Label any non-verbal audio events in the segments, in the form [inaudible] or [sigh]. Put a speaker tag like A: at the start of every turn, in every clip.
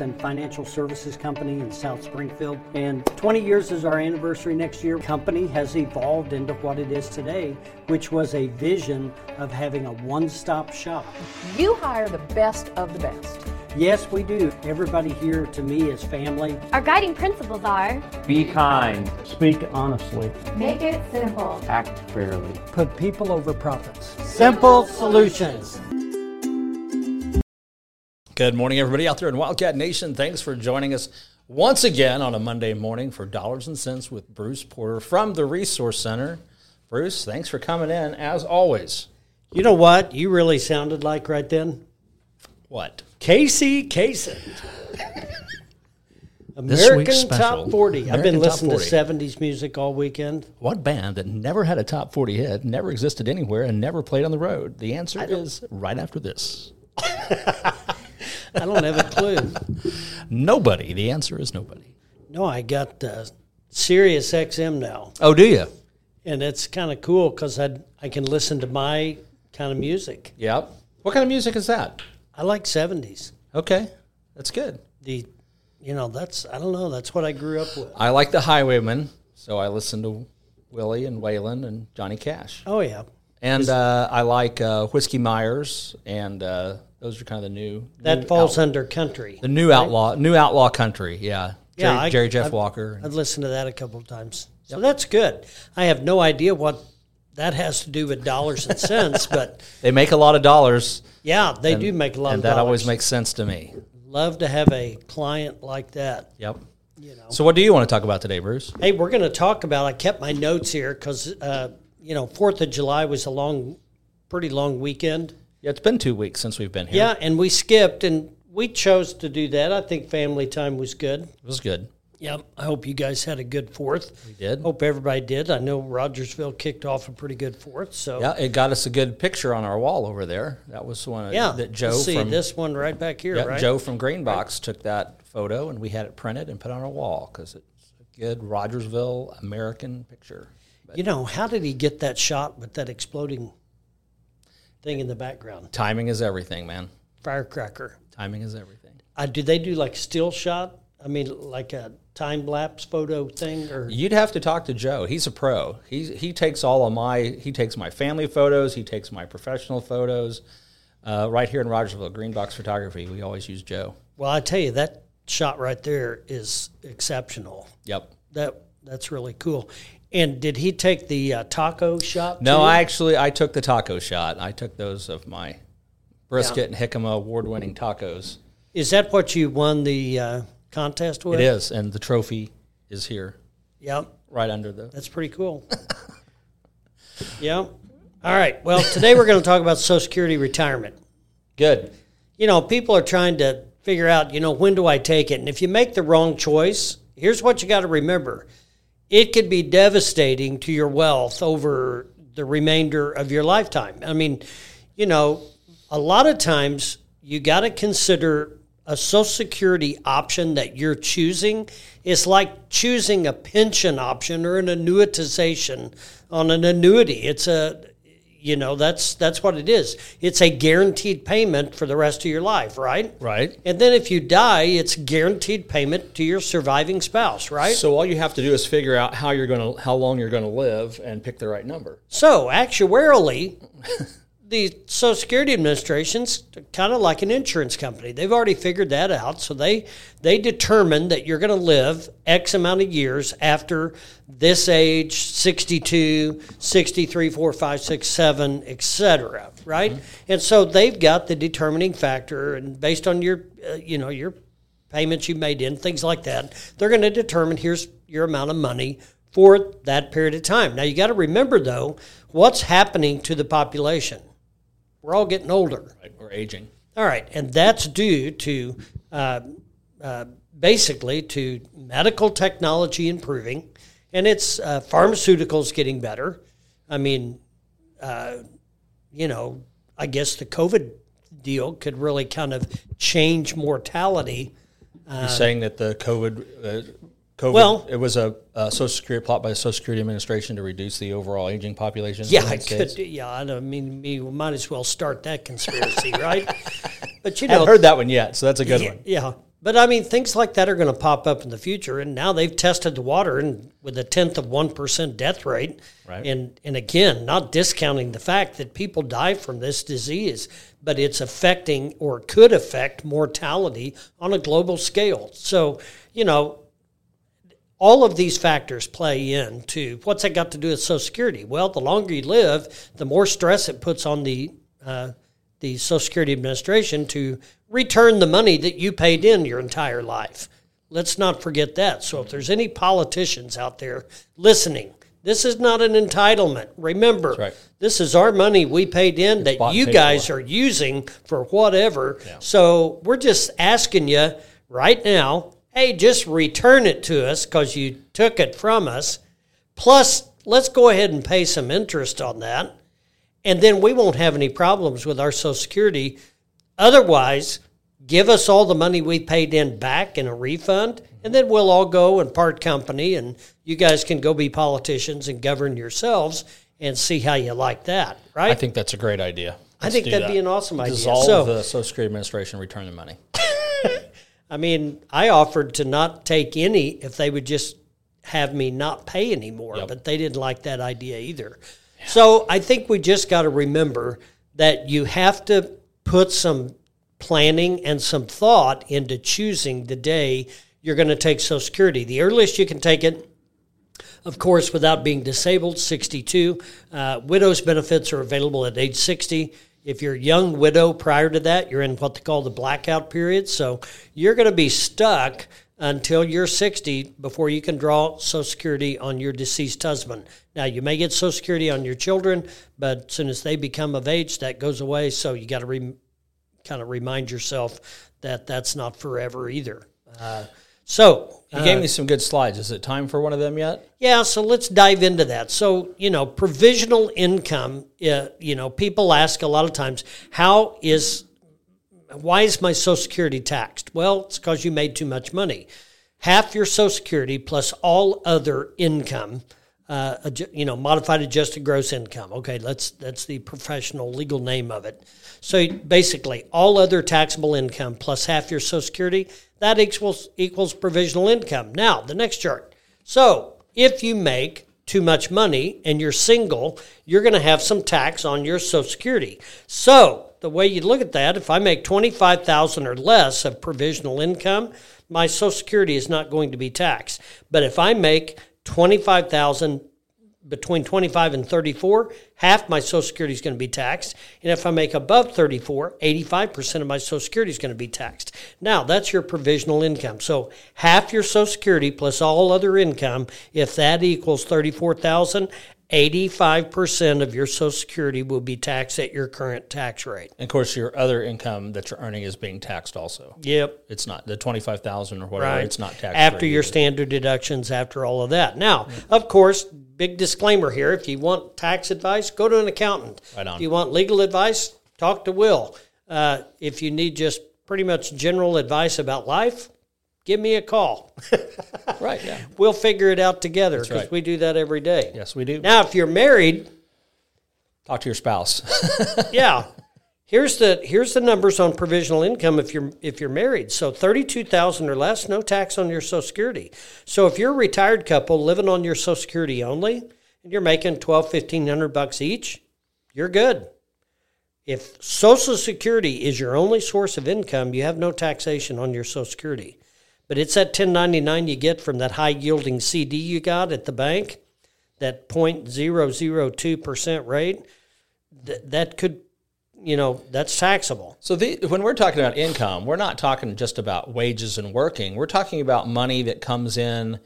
A: and financial services company in South Springfield. And 20 years is our anniversary next year. Company has evolved into what it is today, which was a vision of having a one-stop shop.
B: You hire the best of the best.
A: Yes, we do. Everybody here to me is family.
C: Our guiding principles are
D: Be kind.
E: Speak honestly.
F: Make it simple.
D: Act fairly.
A: Put people over profits. Simple solutions.
G: Good morning, everybody out there in Wildcat Nation. Thanks for joining us once again on a Monday morning for Dollars and Cents with Bruce Porter from the Resource Center. Bruce, thanks for coming in as always.
A: You know what you really sounded like right then?
G: What?
A: Casey Kasem.
G: [laughs] This
A: American
G: week's
A: Top
G: special,
A: 40. I've been
G: American Top
A: listening
G: 40.
A: to 70s music all weekend.
G: What band that never had a top 40 hit, never existed anywhere, and never played on the road? The answer is right after this.
A: I don't have a clue.
G: Nobody. The answer is nobody.
A: No, I got uh, Sirius XM now,
G: Oh, do you?
A: and it's kind of cool because I I can listen to my kind of music.
G: Yep. What kind of music is that?
A: I like seventies.
G: Okay. That's good.
A: The, you know, that's I don't know. That's what I grew up with.
G: I like the Highwaymen, so I listen to Willie and Waylon and Johnny Cash.
A: Oh yeah,
G: And uh, I like uh, Whiskey Myers, and uh, those are kind of the new
A: that
G: new
A: falls
G: out-
A: under country.
G: the new outlaw, new outlaw country. Yeah,
A: Yeah,
G: Jerry,
A: I-
G: Jerry Jeff
A: I've-
G: Walker.
A: I've listened to that a couple of times, so that's good. I have no idea what that has to do with dollars and cents, but
G: they make a lot of dollars,
A: yeah, they do make a lot
G: and
A: of
G: that
A: dollars.
G: always makes sense to me.
A: love to have a client like that.
G: Yep. So, what do you want to talk about today, Bruce?
A: Hey, we're going to talk about. I kept my notes here because uh, you know Fourth of July was a long, pretty long weekend.
G: Yeah, it's been two weeks since we've been here.
A: Yeah, and we skipped, and we chose to do that. I think family time was good.
G: it was good.
A: Yep, I hope you guys had a good Fourth. We
G: did.
A: Hope everybody did. I know Rogersville kicked off a pretty good Fourth. So
G: Yeah, it got us a good picture on our wall over there. That was one.
A: yeah.
G: that Joe
A: Let's see
G: from
A: this one right back here,
G: yeah,
A: right?
G: Joe from Greenbox took that photo, and we had it printed and put on our wall because it's a good Rogersville American picture.
A: You know how did he get that shot with that exploding thing in the background?
G: Timing is everything, man.
A: Firecracker.
G: Timing is everything.
A: Uh, do they do like still shot? I mean, like a time lapse photo thing, or
G: You'd have to talk to Joe. He's a pro. He he takes all of my he takes my family photos. He takes my professional photos. Uh, right here in Rogersville, Green Box Photography, we always use Joe.
A: well, I tell you that shot right there is exceptional.
G: Yep.
A: That that's really cool. And did he take the uh, taco shot?
G: No,
A: too?
G: I actually I took the taco shot. I took those of my brisket and jicama award-winning tacos.
A: Is that what you won the uh, contest with?
G: It is, and the trophy is here,
A: Yep,
G: right under the
A: that's pretty cool. [laughs] yep. All right. Well, today we're going to talk about Social Security retirement.
G: good.
A: you know, people are trying to figure out, you know, when do I take it? And if you make the wrong choice, here's what you got to remember it could be devastating to your wealth over the remainder of your lifetime. I mean, you know, a lot of times you got to consider a social security option that you're choosing is like choosing a pension option or an annuitization on an annuity. It's a you know that's that's what it is it's a guaranteed payment for the rest of your life right
G: Right.
A: and then if you die it's guaranteed payment to your surviving spouse right so,
G: So all you have to do is figure out how you're going to how long you're going to live and pick the right number.
A: actuarially the social security administration's kind of like an insurance company they've already figured that out so they they determine that you're going to live x amount of years after this age 62 63 4 5 6 7 etc right and so they've got the determining factor and based on your uh, you know your payments you made in, things like that. They're going to determine here's your amount of money for that period of time. Now you got to remember though, what's happening to the population? We're all getting older.
G: Right. Or aging.
A: All right, and that's due to uh, uh, basically to medical technology improving, and it's uh, pharmaceuticals getting better. I mean, uh, you know, I guess the COVID deal could really kind of change mortality
G: He's saying that the COVID, uh, COVID
A: Well-
G: it was a, a Social Security plot by the Social Security Administration to reduce the overall aging population. in the
A: Yeah, I
G: United
A: could.
G: States.
A: Yeah, I don't mean we might as well start that conspiracy, [laughs] right? But you
G: I
A: know,
G: haven't heard that one yet, so that's a good
A: yeah,
G: one.
A: yeah. But I mean, things like that are going to pop up in the future. And now they've tested the water and with a tenth of 1% death rate.
G: Right.
A: And, and again, not discounting the fact that people die from this disease, but it's affecting or could affect mortality on a global scale. So, you know, all of these factors play into what's that got to do with Social Security? Well, the longer you live, the more stress it puts on the uh, the Social Security Administration to return the money that you paid in your entire life. Let's not forget that. So, if there's any politicians out there listening, this is not an entitlement. Remember,
G: right.
A: this is our money we paid in that
G: bought and
A: you
G: paid for.
A: guys are using for whatever. So we're just asking you right now, hey, just return it to us because you took it from us. Plus, let's go ahead and pay some interest on that. And then we won't have any problems with our Social Security. Otherwise, give us all the money we paid in back in a refund, and then we'll all go and part company, and you guys can go be politicians and govern yourselves and see how you like that, right?
G: I think that's a great idea.
A: I think
G: do
A: that'd be an awesome idea.
G: Dissolve
A: So-
G: the Social Security Administration, return the money.
A: I mean, I offered to not take any if they would just have me not pay anymore, but they didn't like that idea either. So I think we just got to remember that you have to put some planning and some thought into choosing the day you're going to take Social Security. The earliest you can take it of course, without being disabled, 62. Uh, widow's benefits are available at age 60. If you're a young widow prior to that, you're in what they call the blackout period. So you're going to be stuck until you're 60 before you can draw Social Security on your deceased husband. Now, you may get Social Security on your children, but as soon as they become of age, that goes away. So you got to re- kind of remind yourself that that's not forever either. Uh, so
G: You gave me some good slides. Is it time for one of them yet?
A: yeah, so let's dive into that. So, you know, provisional income, uh, you know, people ask a lot of times, how is, why is my Social Security taxed? Well, it's because you made too much money. Half your Social Security plus all other income, uh, adju- you know, modified adjusted gross income. Okay, that's that's the professional legal name of it. So basically, all other taxable income plus half your Social Security that equals equals provisional income. Now, the next chart. So, if you make too much money and you're single, you're going to have some tax on your Social Security. So, the way you look at that, if I make 25,000 or less of provisional income, my Social Security is not going to be taxed. But if I make 25,000 between 25 and 34, half my Social Security is going to be taxed. And if I make above 34, 85% of my Social Security is going to be taxed. Now, that's your provisional income. So, half your Social Security plus all other income, if that equals 34,000, 85% of your Social Security will be taxed at your current tax rate.
G: And of course, your other income that you're earning is being taxed also.
A: Yep.
G: It's not the twenty five thousand or whatever. It's not taxed
A: after your standard deductions, after all of that. Now, of course, big disclaimer here: if you want tax advice, go to an accountant.
G: Right on.
A: If you want legal advice, talk to Will. Uh, if you need just pretty much general advice about life, give me a call.
G: right? Yeah.
A: We'll figure it out together because
G: right.
A: we do that every day.
G: Yes, we do.
A: Now, if you're married,
G: Talk to your spouse. [laughs]
A: yeah. Here's the here's the numbers on provisional income if you're if you're married. So thirty two thousand or less, no tax on your Social Security. So if you're a retired couple living on your Social Security only, and you're making twelve fifteen hundred bucks each, you're good. If Social Security is your only source of income, you have no taxation on your Social Security. But it's that 1099 you get from that high yielding CD you got at the bank, that 0.002% rate, th- that could, you know, that's taxable.
G: so the, when we're talking about income, we're not talking just about wages and working. We're talking about money that comes in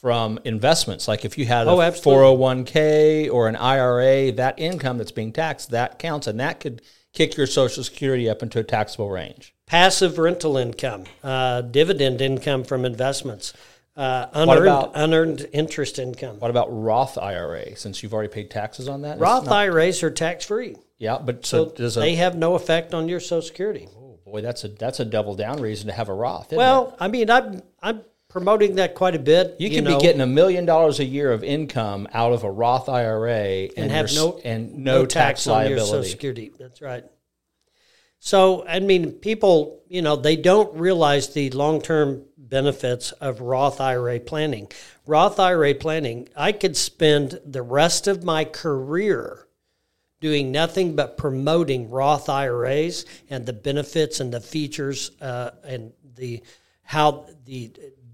G: from investments. Like if you had
A: Oh,
G: a
A: absolutely.
G: four hundred one k or an IRA, that income that's being taxed that counts, and that could kick your Social Security up into a taxable range.
A: Passive rental income, uh, dividend income from investments, uh, unearned,
G: about-
A: unearned interest income.
G: What about Roth IRA? Since you've already paid taxes on that, It's
A: Roth
G: not-
A: IRAs are tax free.
G: yeah, but so, does a
A: They have no effect on your Social Security.
G: Boy, that's a that's a double down reason to have a Roth. Isn't
A: Well, I mean, I'm I'm promoting that quite a bit.
G: it? you could
A: know.
G: be getting a million dollars a year of income out of a Roth IRA and,
A: and have
G: you're s-
A: no
G: and no, tax,
A: on your
G: liability.
A: Social Security. That's right. So, I mean, people, you know, they don't realize the long term benefits of Roth IRA planning. Roth IRA planning, I could spend the rest of my career doing nothing but promoting Roth IRAs and the benefits and the features uh, and the how the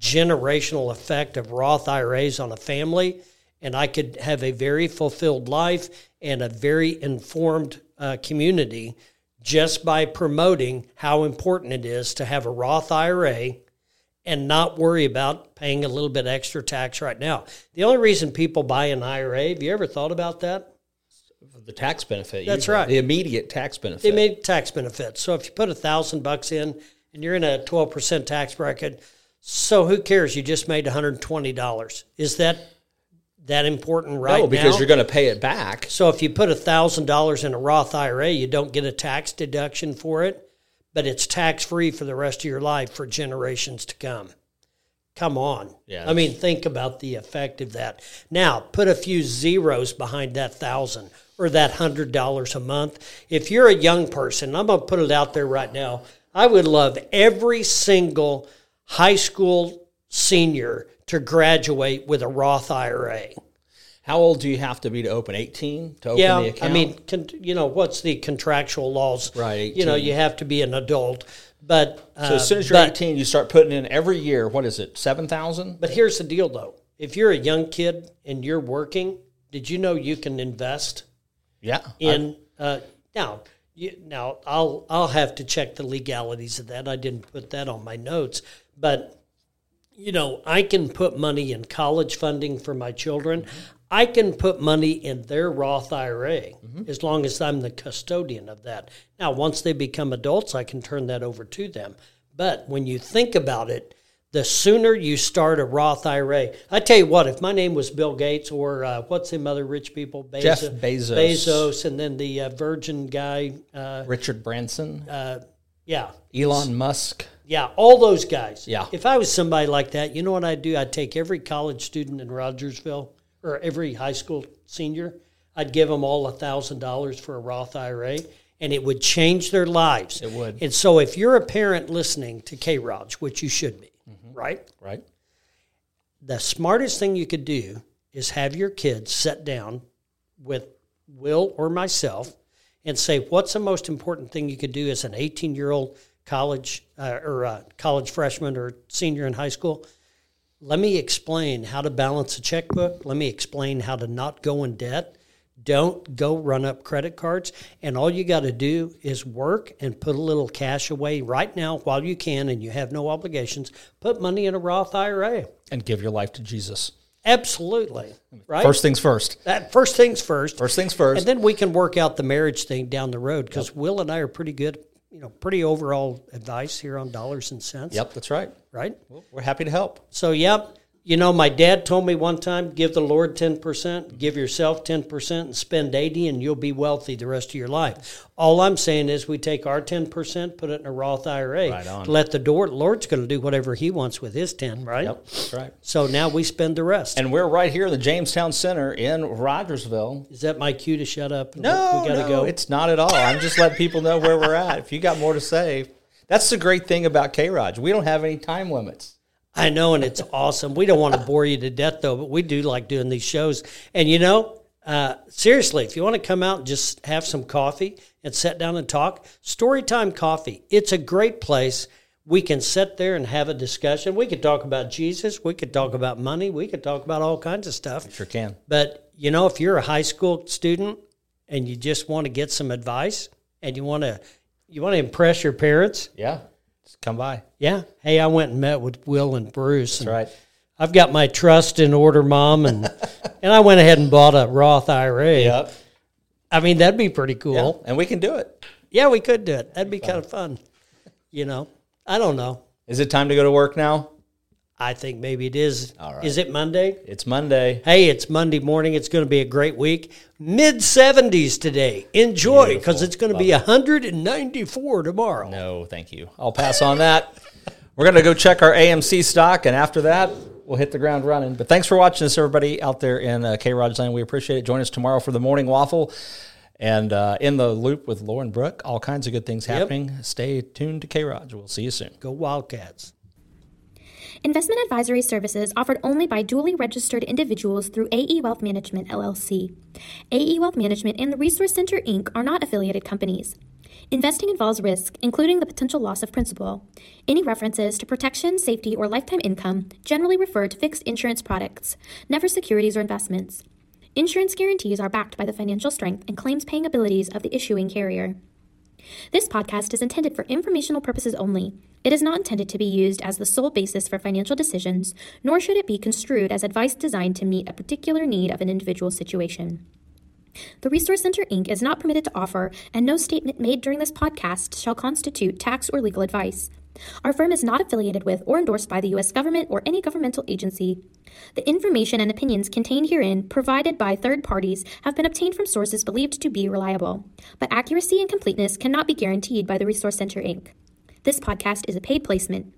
A: generational effect of Roth IRAs on a family, and I could have a very fulfilled life and a very informed uh, community just by promoting how important it is to have a Roth IRA and not worry about paying a little bit extra tax right now. The only reason people buy an IRA, have you ever thought about that?
G: The tax benefit.
A: That's
G: usually,
A: right.
G: The immediate tax benefit.
A: They made tax benefits. So if you put a thousand bucks in and you're in a twelve percent tax bracket, so who cares? You just made one hundred twenty dollars. Is that that important right
G: no, because
A: now?
G: you're going to pay it back.
A: so if you put a thousand dollars in a Roth IRA, you don't get a tax deduction for it, but it's tax free for the rest of your life for generations to come. Come on.
G: Yeah,
A: I mean, think about the effect of that. Now, put a few zeros behind that thousand or that hundred dollars a month. If you're a young person, I'm going to put it out there right now. I would love every single high school senior to graduate with a Roth IRA.
G: How old do you have to be to open? 18 to open
A: Yeah,
G: the account?
A: I mean, con- you know, what's the contractual laws?
G: Right,
A: You know,
G: 18.
A: you have to be an adult, but uh,
G: so as soon as you're
A: but-
G: 18, you start putting in every year, what is it, 7,000?
A: But here's the deal, though. If you're a young kid and you're working, did you know you can invest
G: Yeah.
A: in uh, now? You, now I'll I'll have to check the legalities of that. I didn't put that on my notes, but you know I can put money in college funding for my children. I can put money in their Roth IRA as long as I'm the custodian of that. Now, once they become adults, I can turn that over to them. But when you think about it, the sooner you start a Roth IRA, I tell you what, if my name was Bill Gates or uh, what's them other rich people, Bezos,
G: Jeff Bezos.
A: Bezos, and then the uh, Virgin guy, uh,
G: Richard Branson,
A: yeah,
G: Elon Musk.
A: yeah, all those guys.
G: Yeah.
A: If I was somebody like that, you know what I'd do? I'd take every college student in Rogersville or every high school senior. I'd give them all thousand dollars for a Roth IRA, and it would change their lives. It
G: would.
A: And so, if you're a parent listening to K. Raj, which you should be,
G: Mm-hmm.
A: right?
G: Right.
A: the smartest thing you could do is have your kids sit down with Will or myself and say, "What's the most important thing you could do as an 18-year-old college uh, or uh, college freshman or senior in high school?" Let me explain how to balance a checkbook. Let me explain how to not go in debt. Don't go run up credit cards. And all you got to do is work and put a little cash away right now while you can and you have no obligations. Put money in a Roth IRA.
G: And give your life to Jesus.
A: Absolutely. Right.
G: First things first.
A: that first things first.
G: First things first.
A: And then we can work out the marriage thing down the road because Will and I are pretty good, you know, pretty overall advice here on dollars and cents.
G: yep, that's right.
A: Right.
G: We're happy to help.
A: So, yep. You know, my dad told me one time give the Lord 10%, give yourself 10%, and spend 80 and you'll be wealthy the rest of your life. All I'm saying is we take our 10%, put it in a Roth IRA,
G: Right on.
A: let the door, Lord's going to do whatever he wants with his 10, right?
G: Yep, that's right.
A: So now we spend the rest.
G: And we're right here in the Jamestown Center in Rogersville.
A: Is that my cue to shut up? and
G: No,
A: we gotta
G: no,
A: go.
G: it's not at all. I'm just letting people know where we're at. If you got more to say, that's the great thing about K Raj. We don't have any time limits.
A: I know, and it's awesome. We don't want to bore you to death, though, but we do like doing these shows. And you know, uh, seriously, if you want to come out and just have some coffee and sit down and talk, Storytime Coffee. It's a great place. We can sit there and have a discussion. We could talk about Jesus. We could talk about money. We could talk about all kinds of stuff.
G: Sure can.
A: But you know, if you're a high school student and you just want to get some advice and you want to you want to impress your parents,
G: Yeah. Just come by.
A: yeah. Hey, I went and met with Will and Bruce. and
G: That's right.
A: I've got my trust in order, mom,
G: [laughs]
A: and and I went ahead and bought a Roth IRA.
G: Yep.
A: I mean, that'd be pretty cool.
G: And we can do it.
A: Yeah, we could do it. That'd be kind of fun. You know, I don't know.
G: Is it time to go to work now?
A: I think maybe it is.
G: All right.
A: Is it Monday?
G: It's Monday.
A: Hey, it's Monday morning. It's going to be a great week. Mid 70s today. Enjoy because
G: Beautiful.
A: it's going to be 194 tomorrow.
G: No, thank you. I'll pass on that. We're going to go check our AMC stock, and after that, we'll hit the ground running. But thanks for watching us, everybody out there in uh, K Raj Land. We appreciate it. Join us tomorrow for the morning waffle. And uh, in the loop with Lauren Brooke, all kinds of good things happening. Stay tuned to K Raj. We'll see you soon.
A: Go Wildcats.
C: Investment advisory services offered only by duly registered individuals through AE Wealth Management LLC. AE E Wealth Management and the Resource Center Inc. are not affiliated companies. Investing involves risk, including the potential loss of principal. Any references to protection, safety, or lifetime income generally refer to fixed insurance products, never securities or investments. Insurance guarantees are backed by the financial strength and claims paying abilities of the issuing carrier. This podcast is intended for informational purposes only. It is not intended to be used as the sole basis for financial decisions, nor should it be construed as advice designed to meet a particular need of an individual situation. The Resource Center Inc. is not permitted to offer, and no statement made during this podcast shall constitute tax or legal advice. Our firm is not affiliated with or endorsed by the U.S. government or any governmental agency. The information and opinions contained herein, provided by third parties, have been obtained from sources believed to be reliable, but accuracy and completeness cannot be guaranteed by the Resource Center Inc. This podcast is a paid placement.